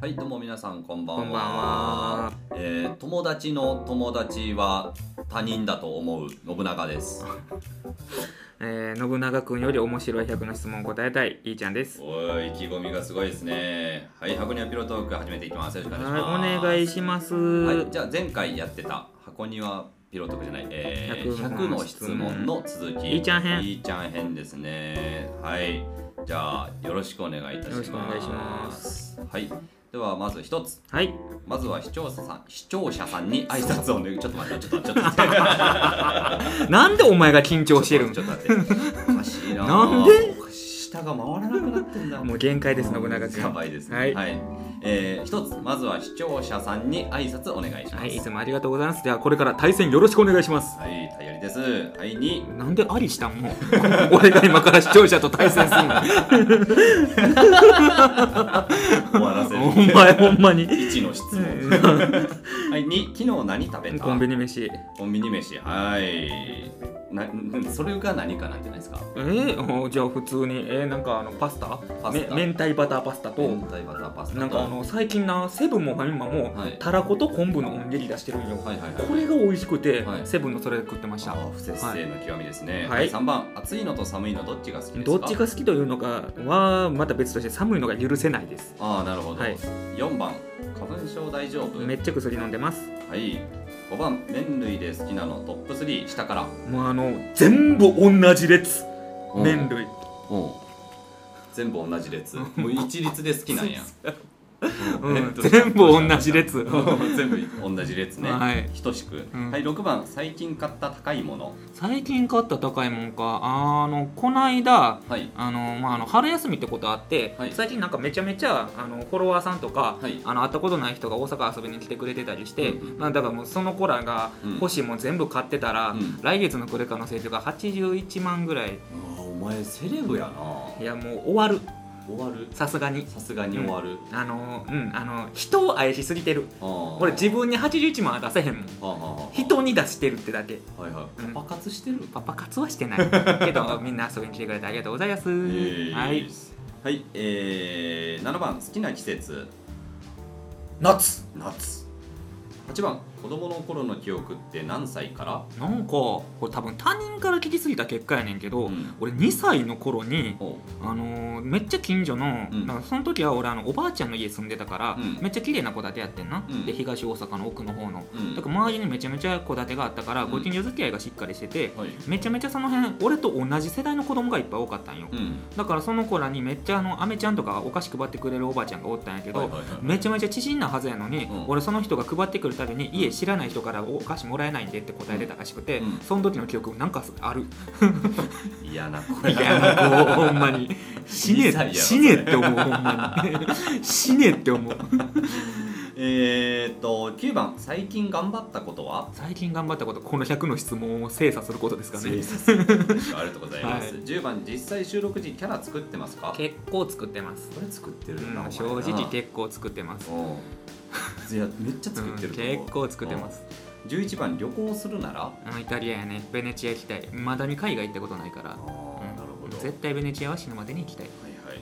はいどうも皆さんこんばんはこんばんはえー友達の友達は他人だと思う信長 ですえー、信長君より面白い100の質問を答えたいいいちゃんですおー意気込みがすごいですねはい箱庭ピロトーク始めていきますよろしくお願いしますははいお願いします、い、じゃあ前回やってた箱庭ピロトークじゃない、えー、 100 100の質問の続きいいちゃん編いいちゃん編ですねはいじゃあよろしくお願いいたしますよろしくお願いしますはいではまず一つはいまずは視聴者さん視聴者さんに挨拶をねちょっと待ってちょっとちょっとちょっと待ってなんでお前が緊張してるんちょっと待っておかしいななんでおかしい下が回らなくなってんだもう限界ですあー信長君やばいですね。は。はいいえー一つまずは視聴者さんに挨拶お願いします。はい、いつもありがとうございますではこれから対戦よろしくお願いしますはい、たよりです。はい、に。なんでありしたんもう 俺が今から視聴者と対戦するの終わら せる。お前ほんまに一の質 問。はい、に、昨日何食べたコンビニ飯コンビニ飯。はい。な、それが何かなんじゃないですか。えー、おじゃあ普通にえー、なんかあのパスタパスタめ明太バターパスタと明太バターパスタと。なんかあの最近なセブンもファミマも、はいたらこと昆布のおにぎり出してるんよ、はいはいはい。これが美味しくて、はいセブンのそれ食ってましあたー不節制の極みですね。はいはい、三番、暑いのと寒いのどっちが好きですか。どっちが。好きというのかはまた別として寒いのが許せないですああ、なるほどはい。四番、花粉症大丈夫。めっちゃ薬飲んでますはい。5番、麺類で好きなのトップ3、下から。もうあの全部同じ列麺類うん全部同じ列。 もう一律で好きなんや。 うんえっと全部同じ列うん 全部同じ列ね。 はい等しく。うんはい、6番、最近買った高いもの。最近買った高いもんかあのこないだはい。あのまあ、あの春休みってことあって、はい最近なんかめちゃめちゃあのフォロワーさんとか、はいあの会ったことない人が大阪遊びに来てくれてたりして、うんまあ、だからもうその子らがうん欲しいもん全部買ってたら、うん来月のクレカの請求が81万ぐらいああ、お前セレブやないやもう終わる終わる。さすがにさすがに終わる。あのうんあの人を愛しすぎてるああ俺自。分に81万は出せへんもんはあはあはあ。人に出してるってだけはいはい。うんパパ活してるパパ活はしてない けどみんな遊びに来てくれてありがとうございます、はいはい、えー、7番好きな季節夏夏8番子供の頃の記憶って何歳からなんかこれ多分他人から聞きすぎた結果やねんけど、うん俺2歳の頃に、おうあのーめっちゃ近所の、うんなんかその時は俺あのおばあちゃんの家住んでたから、うんめっちゃ綺麗な戸建てやってんな、うんで東大阪の奥の方の、うんだから周りにめちゃめちゃ戸建てがあったから、うんご近所付き合いがしっかりしてて、はいめちゃめちゃその辺俺と同じ世代の子供がいっぱい多かったんよ、うんだからその子らにめっちゃあのアメちゃんとかお菓子配ってくれるおばあちゃんがおったんやけど、はいはいはいめちゃめちゃ知人なはずやのに、うん俺その人が配ってくるたびに家知らない人からお菓子もらえないんでって答えてたらしくて、うんその時の記憶なんかある嫌な子 いやもうほんまに死二歳やねろ死ねって思うほんまに死ねって思うえーっと9番最近頑張ったことは最近頑張ったことこの100の質問を精査することですかねすることですかありがとうございます、はい10番実際収録時キャラ作ってますかこ結構作ってます、れ作ってうるな、ん、お正前な直結構作ってます、うんいやめっちゃう作ん、ってると思う、結構作ってます11番旅行するならあのイタリアやねベネチア行きたいまだに海外行ったことないからああうんなるほど絶対ベネチアは死ぬまでに行きたいはいはい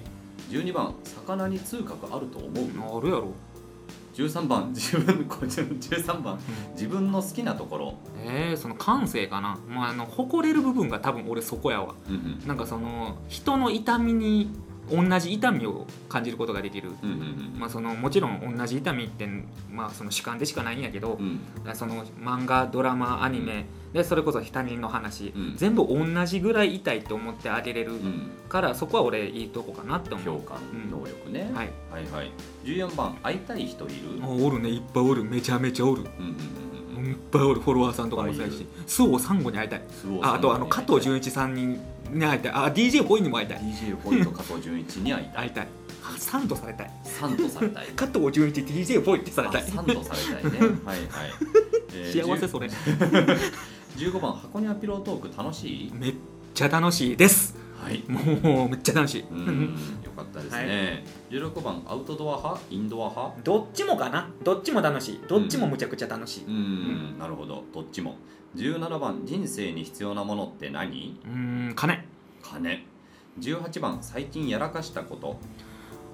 12番魚に通覚あると思うあるやろ13番 自分これ13番自分の好きなところ、えー、その感性かな、まあ、あの誇れる部分が多分俺そこやわうんなんかその人の痛みに同じ痛みを感じることができる、うんうんうんまあ、そのもちろん同じ痛みって、まあ、その主観でしかないんやけどう、んその漫画ドラマアニメ、でそれこそ他人の話、うん全部同じぐらい痛いと思ってあげれうるんから、そこは俺いいとこかなって思共う感うん能力ね、はいはいはい14番会いたい人いる、うんうんおるねいっぱいおるめちゃめちゃおるうんうんいっぱいおるフォロワーさんとかもそうやいっぱし周防サンゴに会いたい周防さんああとあのに会加いたい藤純一さんに会いたいあ DJ ボイにも会いたい DJ ポイント加藤純一に会 いた会いいたいサンドされたいサンドされたい加藤純一 DJ ボイってされたいあサンドされたいねはいは い、えー幸せそれ15番箱庭ピロートーク楽しいめっちゃ楽しいですはいもうめっちゃ楽しい、うんよかったですね、16番アウトドア派インドア派どっちもかなどっちも楽しいどっちもむちゃくちゃ楽しいううん、なるほどどっちも17番人生に必要なものって何ーん金金18番最近やらかしたこと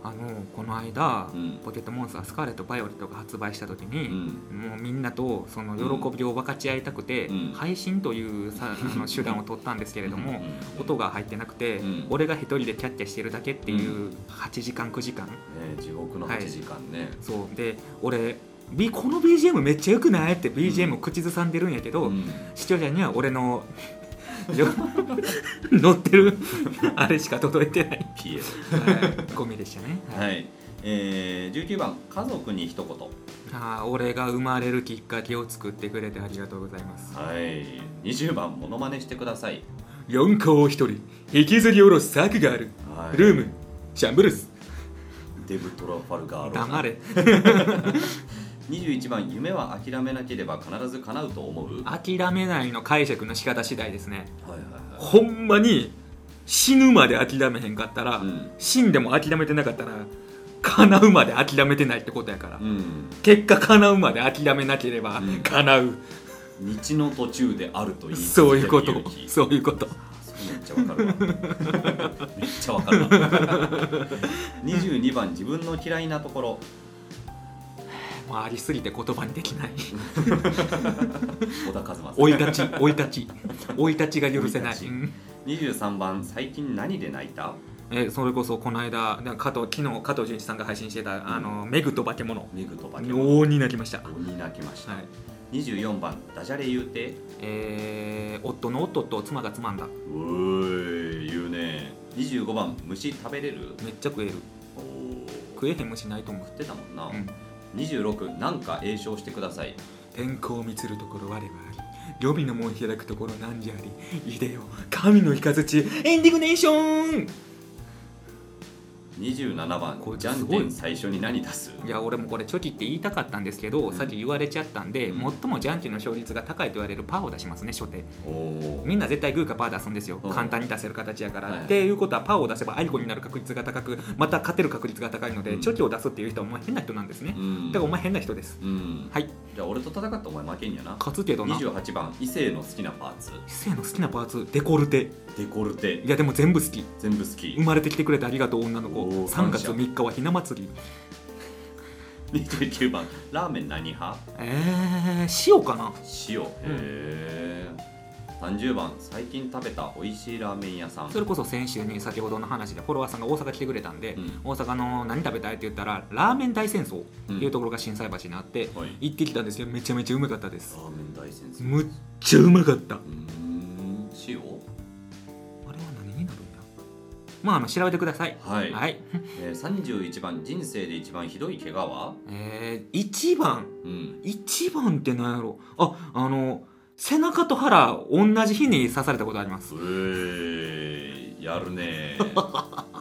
あのこの間、うんポケットモンスタースカーレット・バイオレットが発売した時に、うんもうみんなとその喜びを分かち合いたくて、うん配信というさあの手段を取ったんですけれども、うん音が入ってなくて、うん俺が一人でキャッキャしてるだけっていう8時間9時間ね地獄のはい8時間ね、そうで俺 B この BGM めっちゃよくないって BGM 口ずさんでるんやけど、うん視聴者には俺の よ乗ってるあれしか届いてない、ピエロはい、ゴミでしたね、はい、えー、19番家族に一言ああ俺が生まれるきっかけを作ってくれてありがとうございますはい20番モノマネしてください、 4校を1人引きずり下ろす策があるはい、ルームシャンブルスデブトラファルガーロ黙れ21番夢は諦めなければ必ず叶うと思うは諦めないの解釈の仕方次第ですねいはいほんまに死ぬまで諦めへんかったら、はいうん死んでも諦めてなかったら叶うまで諦めてないってことやから、うん、結果叶うまで諦めなければうん叶う、道の途中であると言い続そうけるいうこと勇気そういうことめっちゃわかるわめっちゃわかるわ22番自分の嫌いなところもうありすぎて言葉にできない 小田和正生い立ち生い立ち生い立ちが許せない生い立ちうん23番最近何で泣いたえそれこそこの間なんか加藤昨日加藤純一さんが配信してた「あのメグと化け物メグと」バケモン脳になりました、は鬼泣きました、い24番ダジャレ言うてえー、夫の夫と妻がつまんだうーい言うね25番虫食べれるめっちゃ食えるおー食食えへん虫ないと思う、ってたもんな、うん、 26なんか詠唱してください天候を見つるところ我はあり予備の門開くところ何時ありいでよ神の雷エンディグネーション27番こいつじゃんけん最初に何出すいや俺もこれチョキって言いたかったんですけど、うんさっき言われちゃったんで、うん最もジャンキの勝率が高いと言われるパーを出しますね初手おおみんな絶対グーかパー出すんですよ、うん簡単に出せる形やから、はいっていうことはパーを出せばアイコになる確率が高くまた勝てる確率が高いので、うんチョキを出すっていう人はお前変な人なんですね、うんだからお前変な人ですうんはいじゃあ俺と戦ってお前負けんやな勝つけどな28番異性の好きなパーツ異性の好きなパーツデコルテデコルテいやでも全部好き全部好き生まれてきてくれてありがとう女の子おー3月感謝3日はひな祭り29番ラーメン何派えー、塩かな塩へえ30番最近食べた美味しいラーメン屋さんそれこそ先週に先ほどの話でフォロワーさんが大阪来てくれたんで、うん大阪の何食べたいって言ったらラーメン大戦争っていうところが心斎橋にあって、はい行ってきたんですよめちゃめちゃうまかったですラーメン大先生うむっちゃうまかったあーん塩れは何になるんだまああの調べてくださいはい、はい、えー、31番人生で一番ひどい怪我はえー、1番うん1番って何やろああの背中と腹同じ日に刺されたことありますうえーやる ねま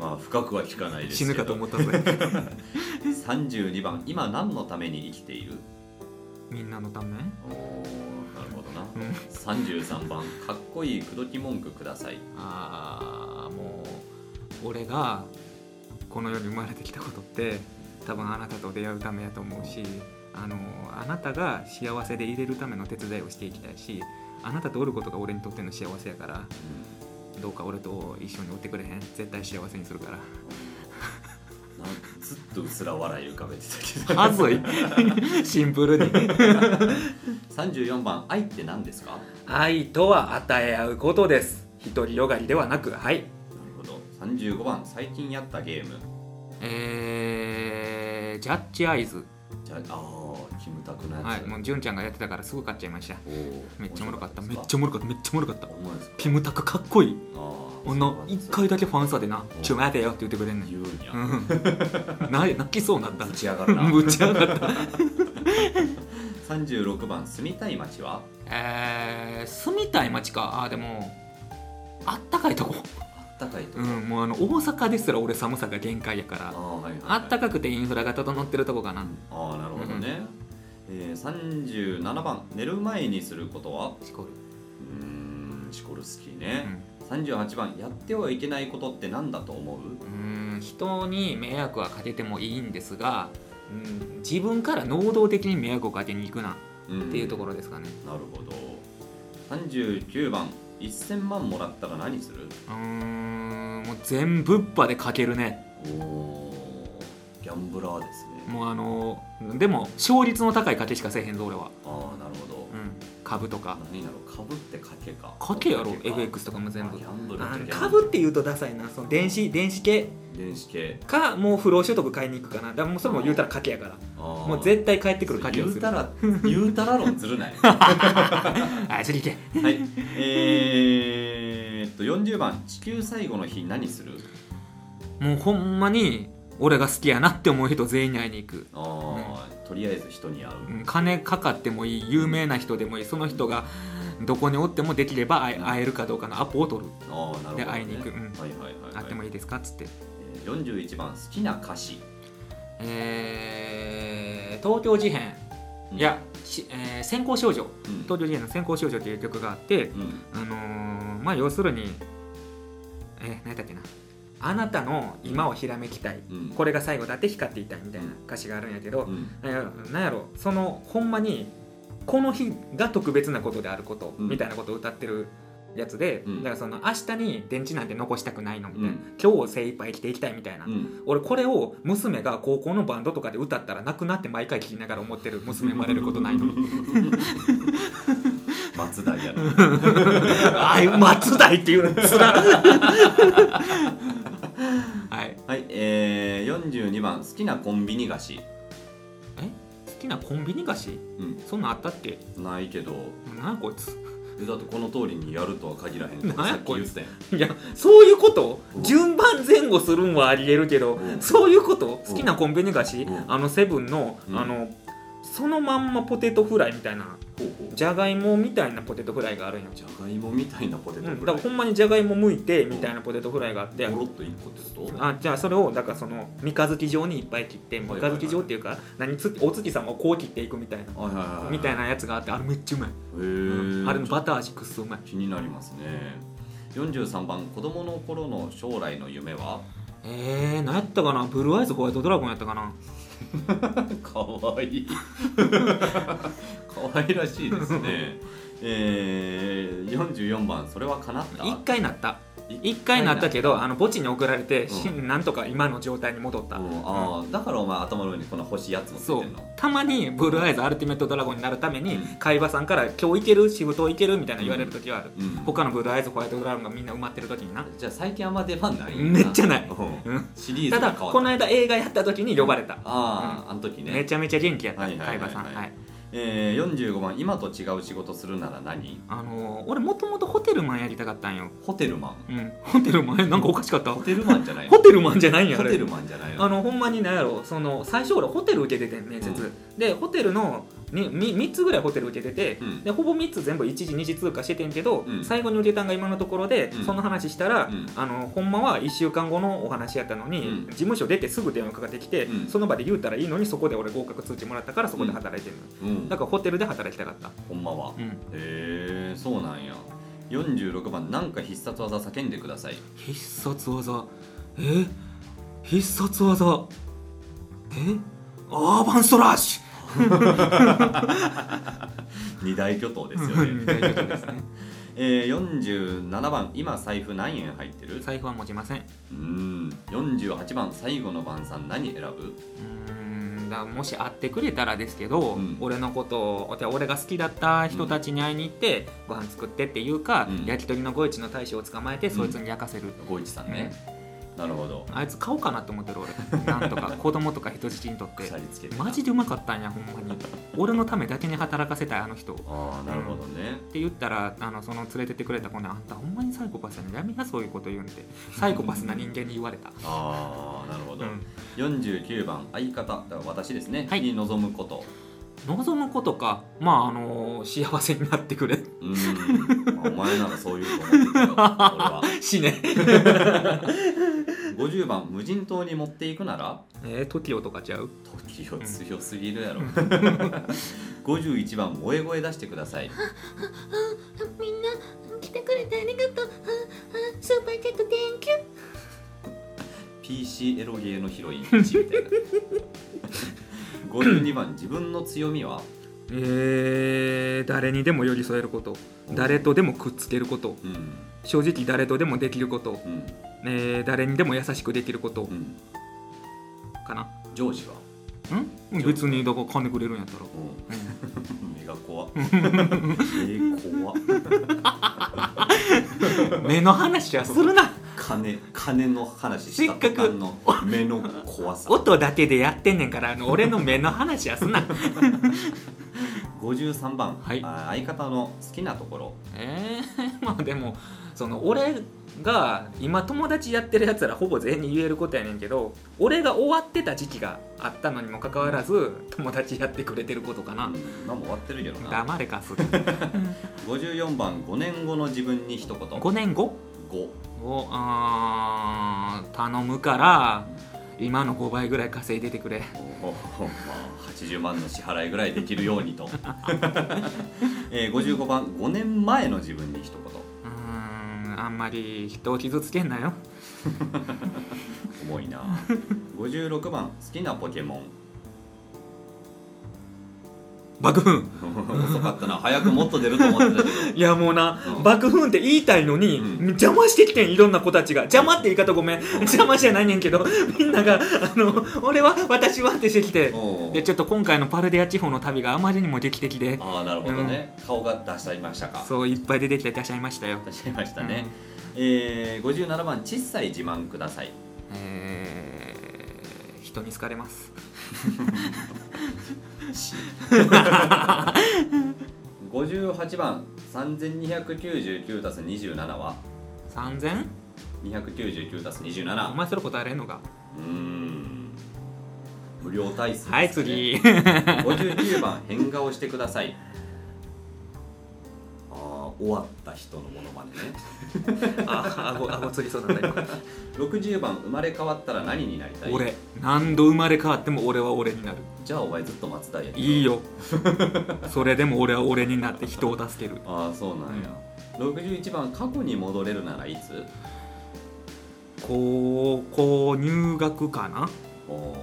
あ深くは聞かないです死けどぬかと思ったぜ 32番今何のために生きているみんなのためおーなるほどな、ん33番かっこいい口説き文句くださいあーもう俺がこの世に生まれてきたことって多分あなたと出会うためやと思うしあのあなたが幸せでいれるための手伝いをしていきたいしあなたとおることが俺にとっての幸せやからどうか俺と一緒におってくれへん絶対幸せにするかなんらかずっとうすら笑い浮かべてたけどはず い シンプルに34番愛って何ですかな愛とは与え合うことです独りよがりではなくはいるほど35番最近やったゲームえー、ジャッジアイズじゃああーキムタクのやつ、はいもう純ちゃんがやってたからすぐ買っちゃいましたおーめっちゃおもろかっためっちゃゃおもろかっためっちゃおもろかったおもろいですかキムタクかっこいいあーそ女うなんです一よ回だけファンサでな「ちょ待てよ」って言ってくれ んねん言うんや、うん な泣きそうになったぶち上がる なぶち上がった36番住みたい街はえー、住みたい街かあーでもあったかいとこあったかいとこ、あうんもうあの大阪ですら俺寒さが限界やからーはいはいはい、あったかくてインフラが整ってるとこかなああなるほどね、えー、37番寝る前にすることはしこる、うーんシコルスキーうね、ん38番やってはいけないことって何だと思ううーん人に迷惑はかけてもいいんですが、うん、自分から能動的に迷惑をかけに行くなうんっていうところですかね、なるほど39番1000万もらったら何するうーんもう全ぶっぱでかけるねおおギャンブラーですねもうあのーでも勝率の高い賭けしかせえへんぞ俺は、ああなるほど、うん、株とか何だろう株って賭けか賭けやろか FX とかも全あ部ギャンブルあっちゃ株って言うとダサいなその電子電子系電子系かもう不労所得買いに行くかなだからもうそれも言うたら賭けやからももう絶対帰ってくる賭け言をうするた ら言うたら論ずるないあ釣り行けはいえー、っと40番「地球最後の日何する?もうほんまに俺が好きやなって思う人全員に会いに行く、あー」とりあえず人に会う、うん金かかってもいい有名な人でもいいその人がどこにおってもできれば会え会えるかどうかのアポを取るああなるほど、ね、で会いに行くうんはいはいはい、はい、会ってもいいですかっつってえー41番好きな歌詞、えー東京事変うんいや、しえー先行少女うん東京事変の先行少女っていう曲があってうんあのーまあ要するにえー、何だっけなあなたの今をひらめきたいうんこれが最後だって光っていたいみたいな歌詞があるんやけど、うんなんやろなんやろそのほんまにこの日が特別なことであること、うんみたいなことを歌ってるやつで、うんだからその明日に電池なんて残したくないのみたいな、うん今日を精一杯生きていきたいみたいな、うん俺これを娘が高校のバンドとかで歌ったらなくなって毎回聴きながら思ってる娘生まれることないの松田やな あい松代っていうのつ らはいはいえー、42番好きなコンビニ菓子、好きなコンビニ菓子うそんなんあったっけん、ないけどなあこいつえだってこの通りにやるとは限らへんとかなんやさっき言ってたやんいやそういうことうん順番前後するんはありえるけど、うんそういうこと好きなコンビニ菓子、うんあのセブンの、うんあのそのまんまポテトフライみたいなほうほうじゃがいもみたいなポテトフライがあるんよ、じゃがいもみたいなポテうトん、フだラかイらほんまにじゃがいも剥いてみたいなポテトフライがあって、ゴロっと一個ってことあじゃあそれをだからその三日月状にいっぱい切って三日月状っていうか、何つお月様をこう切っていくみたいな、はいはいはいはいみたいへなやつがあってあれめっちゃうまい、ーあれのバター味くっそうまい気になりますね43番子供の頃の将来の夢 はえー、何やったかなブルーアイズホワイトドラゴンやったかなかわいい かわいらしいですねえー、44番それは叶った一回なった一一回なったけどあのの墓地に送られて、んしなんとか今の状態に戻った、あーだからお前頭の上にこの星やつもついそうてんのたまにブルーアイズアルティメットドラゴンになるために、うん海馬さんから「今日行ける仕事行ける?」みたいな言われる時はある、うん他のブルーアイズホワイトドラゴンがみんな埋まってる時になじゃあ最近あんま出番ないめっちゃないうんうんシリーたズがだ変わったこの間映画やった時に呼ばれた、ああ、あの時めね、ちゃめちゃ元気やった、はいはいはい海は馬いさん、はいえー、45番今と違う仕事するなら何あのー俺もともとホテルマンやりたかったんよ、ホテルマンうん、ホテルマンえなんかおかしかったホテルマンじゃないのホテルマンじゃないんやあホれテルマンじゃないのあのほんまに何やろその最初俺ホテル受けてて面接、でホテルのにみ3つぐらいホテル受けてて、うんでほぼ3つ全部1時2時通過しててんけど、うん最後に受けたんが今のところで、うんその話したら、うんあのほんまは1週間後のお話やったのに、うん事務所出てすぐ電話かかってきて、うんその場で言うたらいいのにそこで俺合格通知もらったからそこで働いてるの、うんだからホテルで働きたかった、ほんまはへえそうなんや46番なんか必殺技叫んでください必殺技え必殺技えアーバンストラッシュ二大巨頭ですようね、ん大丈夫ですねえー、47番今財布何円入ってる財布は持ちませんううん48番最後の晩餐何選ぶーんだからもし会ってくれたらですけど、うん俺のことをじゃあ俺が好きだった人たちに会いに行って、ご飯作ってっていうか、うん焼き鳥のゴイチの大将を捕まえて、そいつに焼かせる五一さんね、なるほどあいつ買おうかなって思ってる俺なんとか子供とか人質にとって鎖つけてマジでうまかったんやほんまに俺のためだけに働かせたいあの人っああなるほどね、て言ったらあのその連れてってくれた子に「あんたほんまにサイコパスやねやめなそういうこと言うんでサイコパスな人間に言われた」ああなるほうど、ん、 49番相方だから私ですね、はいに望むこと望むことかまああの幸せになってくれうーん、まあ、お前ならそういうと思うけど俺は死ね50番無人島に持っていくならえー、TOKIO とかちゃう時を強すぎるやろ51番萌え声出してくださいみんな来てくれてありがとう。ああスーパーチャット Thank you。 PC エロゲーのヒロイン1みたいな52番自分の強みはえー、誰にでも寄り添えること誰とでもくっつけることうん正直誰とでもできること、うんえー誰にでも優しくできることうんかな、上司は、うん、別にだから金くれるんやったらううんん、目が怖えー、怖目の話はする な金金の話した途端の目の怖さ音だけでやってんねんからあの俺の目の話はすんな53番、はいあ相方の好きなところえー、 まあでもその俺が今友達やってるやつらほぼ全員に言えることやねんけど俺が終わってた時期があったのにもかかわらず友達やってくれてることかう、なん今もう終わってるけどな黙れ かす54番5年後の自分に一言5年後五をあー頼むから今の5倍ぐらい稼いでてくれおーまあ、80万の支払いぐらいできるようにと、 えー、55番5年前の自分に一うーんあんまり人を傷つけんなよ言重いな56番好きなポケモン 爆風遅かったな早くもっと出ると思ってた けどいやもうな、うん爆風って言いたいのに、うん邪魔してきてんいろんな子たちが邪魔って言い方ごめん邪魔じゃないねん けどみんながあの俺は私はってしてきておーでちょっと今回のパルデア地方の旅があまりにも劇的でああなるほどね、顔が出しちゃいましたかそういっぱい出てきて出しちゃいましたよ出しちゃいましたね、えー、57番「小さい自慢くださいえー人に好かれます」 58番「3299たす27は3000 299たすお27」前それ答えれんのかうーん無料体数ですねはい次59番「変顔してください」ああ終わった人のものまねねああごあごつりそうなんだ今60番「生まれ変わったら何になりたい?」 俺何度生まれ変わっても俺は俺になるじゃあお前ずっと松田やけどい いよそれでも俺は俺になって人を助けるああそうなんや、61番「過去に戻れるならいつ?高校入学かな」おお、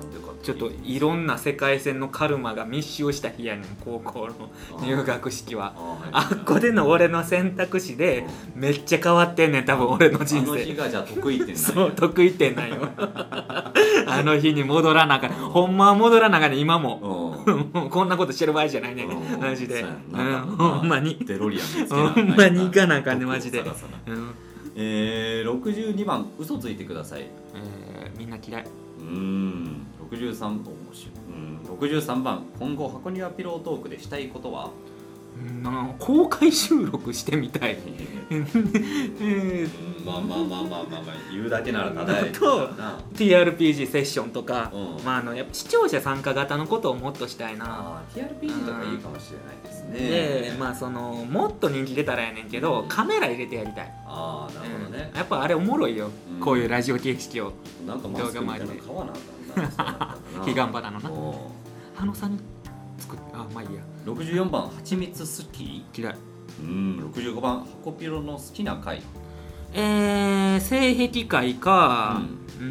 なんでかちょっとい色ろんな世界線のカルマが密集した日やねん高校の入学式はあっこでの俺の選択肢でめっちゃ変わってんねん多分俺の人あの日生がじゃあ得意ってなんやそう得意点なん よあの日に戻らなあかんほんまは戻らなあかんねん今もうんもうこんなことしてる場合じゃないねうんマジでそううやんんなほんまにデロリアン見つけなあほかんんまに行かなあかんねんマジで得を探さなうんえー、62番嘘ついてくださいえーみんな嫌いうーん63面白いうん63番今後箱庭ピロートークでしたいことはうんなんか公開収録してみたい ううんんまあまあまあまあまあ、まあ、言うだけならただやとな TRPG セッションとか、うんまあ、あのやっぱ視聴者参加型のことをもっとしたいな。あー TRPG とかいいかもしれないですねで、まあ、そのもっと人気出たらやねんけどカメラ入れてやりたい、ああなるほどねうん、やっぱあれおもろいよ、うんこういうラジオ形式をなんかマスクみたいなの買わなあかん な彼岸花のなおあのさんに作ってあまあいいやー64番「はちみつ好き嫌い」うん65番「箱ピロの好きな回」えー、性癖会かうー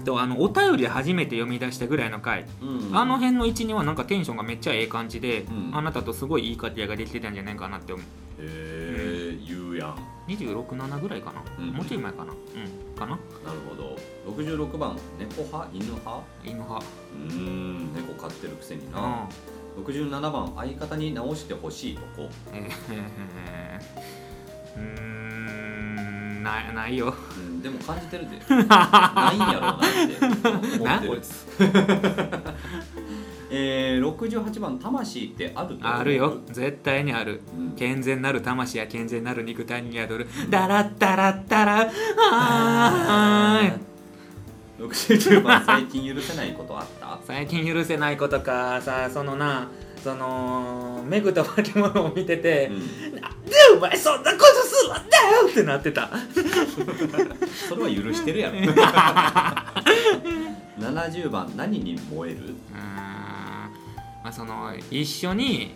んとあのお便り初めて読み出したぐらいの回、うんあの辺の位置にはなんかテンションがめっちゃええ感じで、うんあなたとすごいいい掛け合いができてたんじゃないかなって思うへえ言うやん267ぐらいかな、うんもうちょい前かなうんかななるほど66番「猫派犬派」犬派うん猫飼ってるくせにうなん67番「相方に直してほしいとこええうーんないないよ」うんでも感じて るでないんやろうなって思ってる えー、68番「魂ってあると思うあるよ絶対にあるうん健全なる魂や健全なる肉体に宿るダラッダラッダラあー69番最近許せないことあった最近許せないことかさそのなそのメグと化け物を見てて「なんでお前そんなことするんだよ!」ってなってたそれは許してるやろ70番何に燃えるうーんまあその一緒に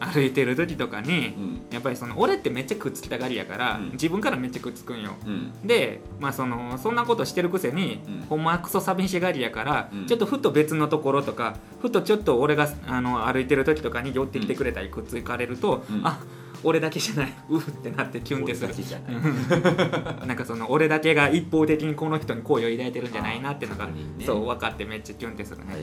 歩いてる時とかにうんやっぱりその俺ってめっちゃくっつきたがりやから、うん自分からめっちゃくっつくんようんで、まあ、そのそんなことしてるくせに、うんほんまはクソ寂しがりやから、うんちょっとふと別のところとかふとちょっと俺があの歩いてる時とかに寄ってきてくれたりくっつかれると、うんあ俺だけじゃないう ってなってキュンってする俺だけじゃないうんなんかその俺だけが一方的にこの人に好意を抱いてるんじゃないなっていうのが、あー確認ねそう分かってめっちゃキュンってするね、はい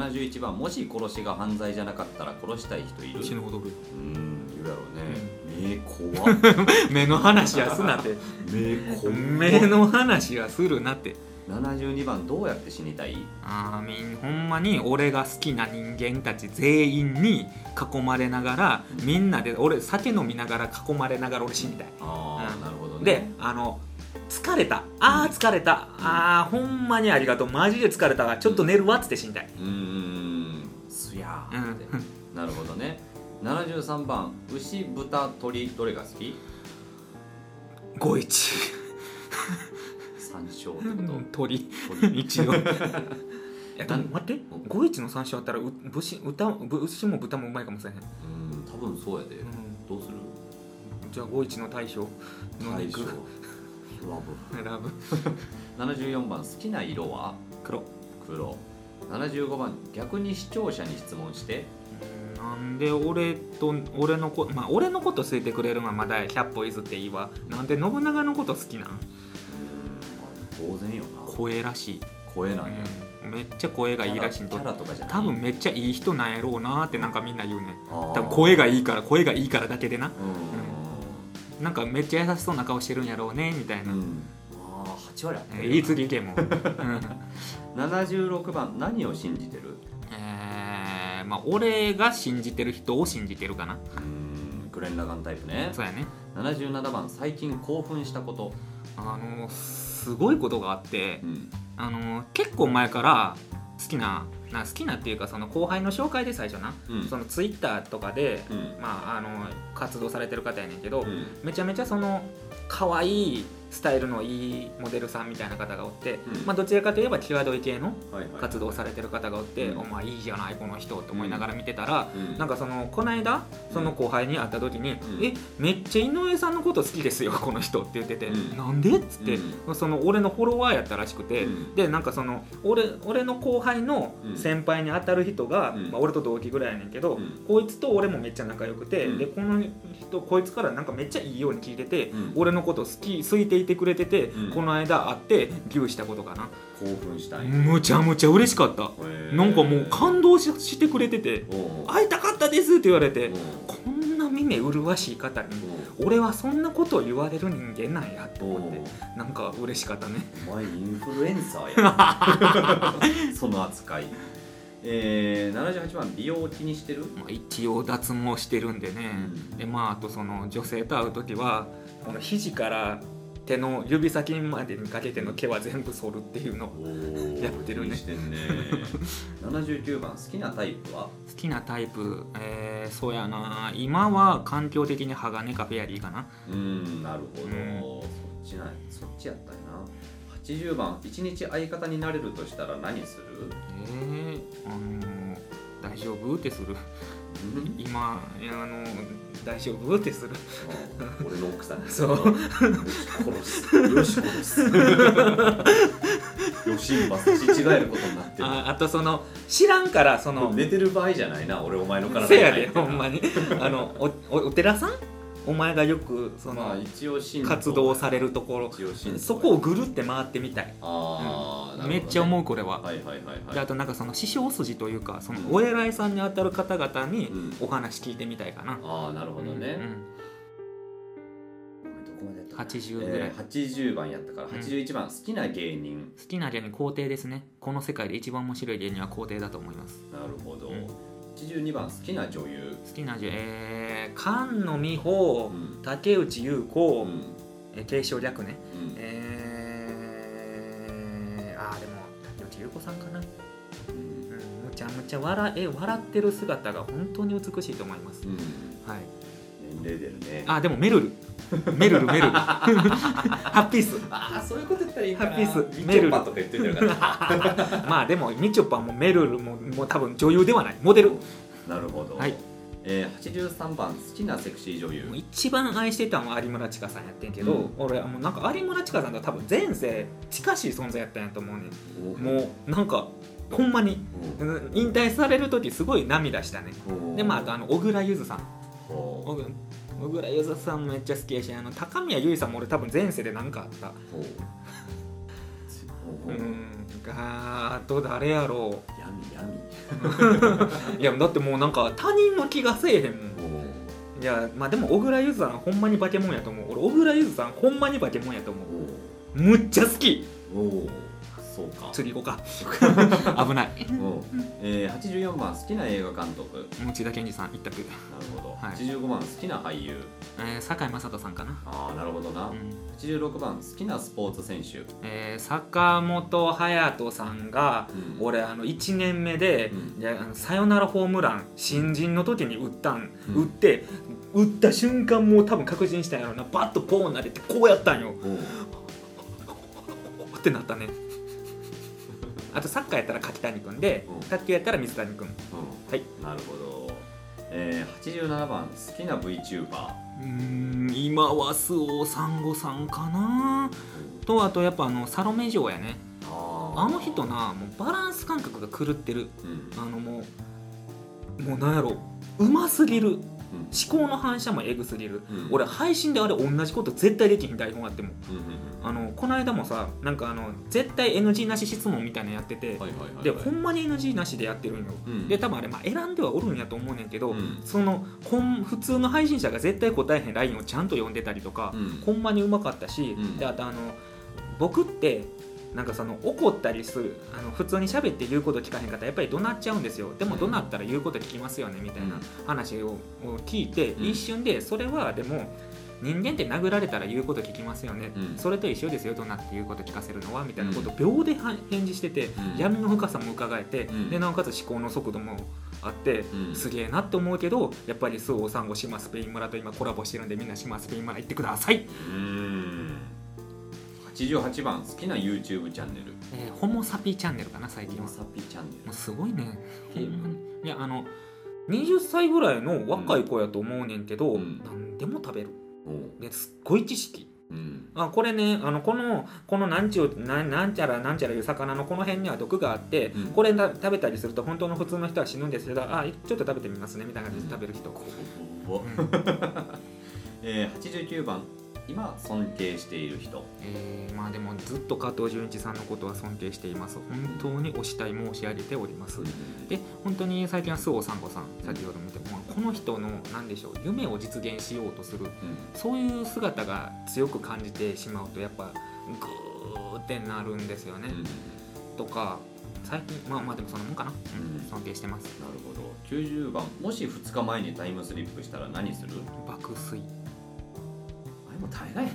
はい71番もし殺しが犯罪じゃなかったら殺したい人いる死ぬほどぶうんいるやろうね、目怖っ目の話はすなって目怖っ目の話はするなって72番どうやって死にたいあーみんほんまに俺が好きな人間たち全員に囲まれながらみんなで俺酒飲みながら囲まれながら俺死にたいああ、なるほどねであの疲れたあー疲れたあーほんまにありがとうマジで疲れたわちょっと寝るわっつって死にたいうーんすやーって、なるほどね73番牛豚鳥どれが好き五一山椒ってこと、 鳥鳥一応いやでも待ってうん五一の三種あったらう武士歌武士も豚もうまいかもしれへん、うん多分そうやで、うどうするん、じゃあ五一の大将の大肉将ラ ラブブ74番好きな色は黒黒75番逆に視聴者に質問してなんで俺と俺のこまあ俺のこと好いてくれるのはまだ100歩譲っていいわなんで信長のこと好きなん当然よな声らしい、声なんや、うんめっちゃ声がいいらしいんキとャラとかじゃない多分めっちゃいい人なんやろうなってなんかみんな言うね多多分声がいいかから声がいいからだけでなうなんかめっちゃ優しそうな顔してるんやろうねみたいん、な、うんああ8割あったえよーいい釣り行けもう、うん76番何を信じてるえーまあ俺が信じてる人を信じてるかなうんグレン・ラガンタイプねそうやね77番最近興奮したこと、あのすごいことがあって、うんあの結構前から好きなな好きなっていうかその後輩の紹介で最初な、うんそのツイッターとかで、うんまあ、あの活動されてる方やねんけど、うんめちゃめちゃその可愛いスタイルのいいモデルさんみたいな方がおって、うんまあ、どちらかといえば際どい系のはいはい活動されてる方がおって、うんお前いいじゃないこの人と思いながら見てたら、うんなんかそのこの間その後輩に会った時うに「んえめっちゃ井上さんのこと好きですよこの人」って言ってて「うんなんで?」っつって、うその俺のフォロワーやったらしくて、うんでなんかその俺俺の後輩のうん先輩に当たる人が、うんまあ、俺と同期ぐらいやねんけど、うんこいつと俺もめっちゃ仲良くて、うんでこの人こいつからなんかめっちゃいいように聞いてて、うん俺のこと好き好いていてくれてて、うんこの間会って牛したことかな、興奮したいむちゃむちゃ嬉しかった。なんかもう感動ししてくれてておうおう会いたかったですって言われておうこんな目麗しい方に俺はそんなことを言われる人間なんやとおう思ってなんか嬉しかったねお前インフルエンサーやその扱いえー、78番美容を気にしてるまあ、一応脱毛してるんでね、うんでまああとその女性と会う時はこの肘から手の指先までにかけての毛は全部剃るっていうの好おーやってるね気にしてんね79番好きなタイプはきなタイプえー、そうやな今は環境的に鋼かフェアリーかなうんなるほど、うんそっちなんやそっちやったんやな80番一日相方になれるとしたら何するえー、あのー大丈夫ってするうん今いやあの大丈夫ってする俺の奥さんそうよし殺すよし殺すよしんば差し違えることになってるああとその知らんからその寝てる場合じゃないな俺お前の体せにや入っでてなほんまにあのおおお寺さんお前がよくその、まあ一応信徒活動されるところ一応信徒そこをぐるって回ってみたい、ああ、なるほどめねっちゃ思うこれは、はいはいはいではあいとなんかその師匠筋というかそのうんお偉いさんにあたる方々にうんお話聞いてみたいかな、ああなるほどね、うんどこまでやったかな80ぐらい、えー、80番やったからうん81番、好きな芸人好きな芸人皇帝ですねこの世界で一番面白い芸人は皇帝だと思いますなるほど、うん82番好きな女優好きな芸えー、菅野美穂、うん竹内優う子、んえー継承略ねうんえー、あーでも竹内優子さんかなうんうんむちゃむちゃ笑え笑ってる姿が本当に美しいと思います、うんはい、年齢出るねあでもメルルメルル メルルハッピースあーそういうこと言ったらいいかなハッピースみちょぱとか言ってるからまあでもみちょぱもメルルももう多分女優ではないモデル なるほど、はいえー、83番好きなセクシー女優もう一番愛してたのは有村千佳さんやってんけど、うん俺はもうなんか有村千佳さんとは多分前世近しい存在やったんやと思うねんおもうなんかほんまにうん引退される時すごい涙したねおでまああとあの小倉ゆずさんお小倉小倉ゆずさんめっちゃ好きやしあの高宮結衣さんも俺多分前世で何かあったうんがあと誰やろ闇闇ういやだってもうなんか他人の気がせえへんもんおいやまあでも小倉ゆずさんほんまに化け物やと思う俺小倉ゆずさんほんまに化け物やと思うむっちゃ好きおおそうか釣り行こう か危ないおえー、84番好きな映画監督なる持田健二さん一択、ほど、はい85番好きな俳優えー、坂井雅人さんかな、ああなるほどな、うん86番好きなスポーツ選手えー坂本勇人さんがうん俺あの1年目でうんいやあのサヨナラホームラン新人の時に打ったん、うん打って打った瞬間もう多分確信したんやろなバッとポーンなれてこうやったんよおうってなったねあとサッカーやったら柿谷君でうん卓球やったら水谷君うんはいなるほど、えー、87番好きな VTuber うーん今は周防さんごさんかなとあとやっぱあのサロメ嬢やねあーあの人なもうバランス感覚が狂ってるうんあのもうもうなんやろうますぎるうん思考の反射もエグすぎるうん俺配信であれ同じこと絶対できひん台本あってもうんうんうんあのこの間もさなんかあの絶対 NG なし質問みたいなのやってて、はいはいはいはいでほんまに NG なしでやってるんよ、うんで多分あれ、まあ、選んではおるんやと思うねんけど、うんそのほん普通の配信者が絶対答えへんラインをちゃんと読んでたりとか、うんほんまにうまかったし、うんであとあの僕ってなんかその怒ったりするあの普通に喋って言うこと聞かへんかったらやっぱり怒鳴っちゃうんですよでも怒鳴ったら言うこと聞きますよねみたいな話をを聞いて、うん一瞬でそれはでも人間って殴られたら言うこと聞きますよね、うんそれと一緒ですよ怒鳴って言うこと聞かせるのはみたいなことを秒では返事してて、うん闇の深さも伺えて、うんでなおかつ思考の速度もあって、うんすげえなって思うけどやっぱり周防さんご島スペイン村と今コラボしてるんでみんな島スペイン村行ってくださいうーん88番好きな YouTube チャンネルえーホモサピチャンネルかな最近今はサピチャンネもうすごいねルほんまにいやあの20歳ぐらいの若い子やと思うねんけど、うん何でも食べるおうですっごい知識うんあこれねあのこのこのなんちゅうななんちゃらなんちゃらいう魚のこの辺には毒があって、うんこれな食べたりすると本当の普通の人は死ぬんですけどあちょっと食べてみますねみたいな感じで食べる人、怖っえー、89番今尊敬している人えーまあでもずっと加藤純一さんのことは尊敬しています本当にお慕い申し上げておりますで本当に最近は周防さんごさん先ほど見てもこの人の何でしょう夢を実現しようとすうるんそういう姿が強く感じてしまうとやっぱグーってなるんですよね、うんとか最近まあまあでもそんなもんかな、ううんん尊敬してますなるほど90番もし2日前にタイムスリップしたら何する爆睡あれも大概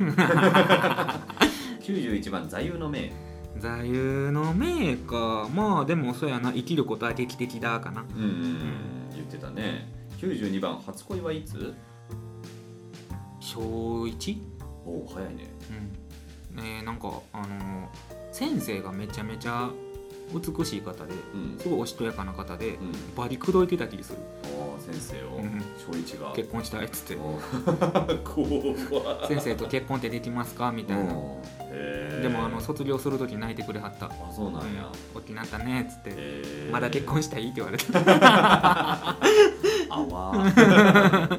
91番座右の銘座右の銘かまあでもそうやな生きることは劇的だかなうんうんうん言ってたね92番初恋はいつ小 1? おお早いねうんえーなんかあの先生がめちゃめちゃ美しい方でうんすごいおしとやかな方うでんバリ口説いてた気がするああ先生をうん小一が結婚したいっつっておー怖い先生と結婚ってできますかみたいなおーへーでもあの卒業する時泣いてくれはったあそうなんや大きなったねっつってへーまだ結婚したいって言われたあわ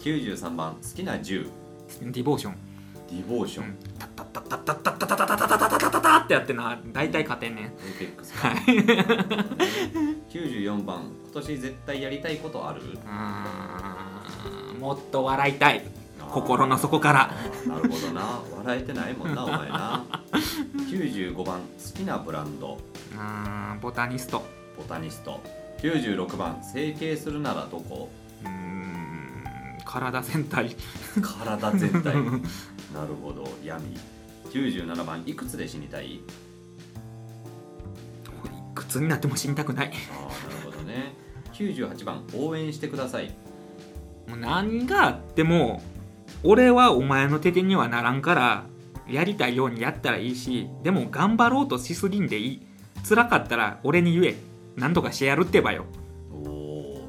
93番好きな銃ディボーションディボーション、うんタッタッタッタッタッタッタッタッタッタッタッタッタッタッタッってやってな大体勝てんねんエイペックスはい94番今年絶対やりたいことあるあーもっと笑いたい 心の底からあーなるほどな笑えてないもんなお前な95番好きなブランドあーボタニストボタニスト96番整形するならどこうーん体全体体全体なるほど闇97番いくつで死にたい苦痛になっても死にたくないああなるほどね98番応援してくださいもう何があっても俺はお前の手でにはならんからやりたいようにやったらいいしでも頑張ろうとしすぎんでいい辛かったら俺に言え何とかしてやるってばよおお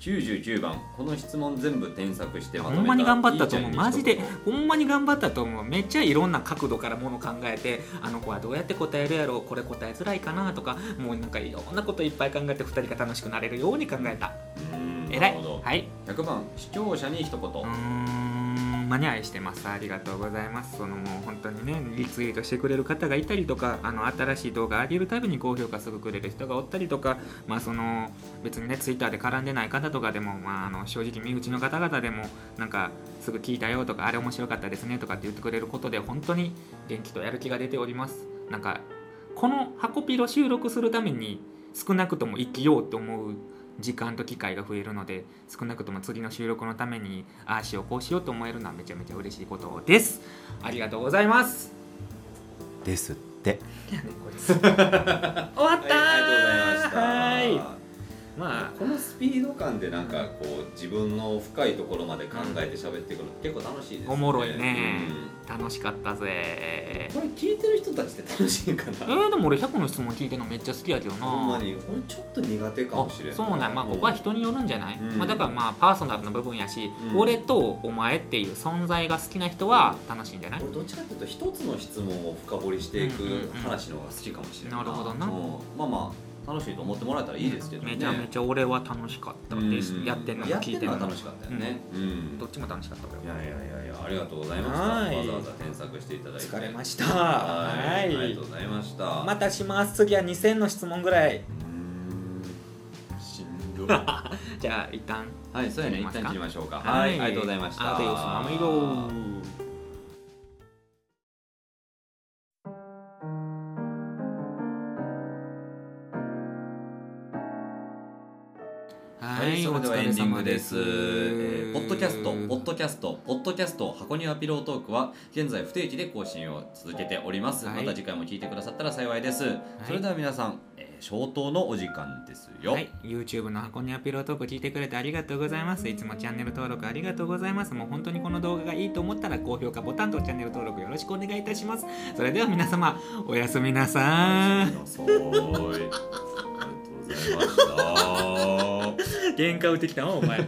99番この質問全部添削してまとめほたんまに頑張ったと思ういいマジでちゃんにほんまに頑張ったと思うめっちゃいろんな角度からもの考えてあの子はどうやって答えるやろうこれ答えづらいかなとかもうなんかいろんなこといっぱい考えて2人が楽しくなれるように考えた一言うん偉なるいほどはい100番視聴者に一言、うーん間に合いしてますありがとうございますそのもう本当にねリツイートしてくれる方がいたりとかあの新しい動画上げるたびに高評価すぐくれる人がおったりとかまあその別にねツイッターで絡んでない方とかでも、まあ、あの正直身内の方々でもなんかすぐ聞いたよとかあれ面白かったですねとかって言ってくれることで本当に元気とやる気が出ておりますなんかこの箱ピロ収録するために少なくとも生きようと思う時間と機会が増えるので少なくとも次の収録のためにああしようこうしようと思えるのはめちゃめちゃ嬉しいことですありがとうございますですってはい、ありがとう終わったーございましたはまあこのスピード感でなんかこう自分の深いところまで考えて喋ってくるの結構楽しいですねおもろいね楽しかったぜうんこれ聞いてる人たちって楽しいかえなー、でも俺100の質問聞いてるのめっちゃ好きやけどなほんまに俺ちょっと苦手かもしれないあそうなんまあここは人によるんじゃない、うんまあ、だからまあパーソナルの部分やし、うん俺とお前っていう存在が好きな人は楽しいんじゃない、俺どっちかっていうと一つの質問を深掘りしていうんうんうくん話の方が好きかもしれないなるほどなうんまあまあ楽しいと思ってもらえたらいいですけどねめちゃめちゃ俺は楽しかったです、うんやってんのも聞いてるやのってんのはも楽しかったよねうんどっちも楽しかった俺はいやいやいやいやありがとうございましたはいわざわざ添削していただいて疲れましたはいはいありがとうございましたまたします次は2000の質問ぐらいうーんしんどい はじゃあ一旦いそうやね切一りますか旦切りましょうかははいいありがとうございましたアデオスアミゴははい、それではエンディングです。えおーポッ疲れ様ドキャスト、ポッドキャスト、ポッドキャスト、箱庭ピロートークは、現在不定期で更新を続けております。はいまた次回も聞いてくださったら幸いです。それでは皆さん、えー消灯のお時間ですよ。はい、YouTube の箱根アピロートーク聞いてくれてありがとうございます。いつもチャンネル登録ありがとうございます。もう本当にこの動画がいいと思ったら高評価ボタンとチャンネル登録よろしくお願いいたします。それでは皆様、おやすみなさ おや すみなさーい。ありがとうございました。喧嘩打ってきたのお前あ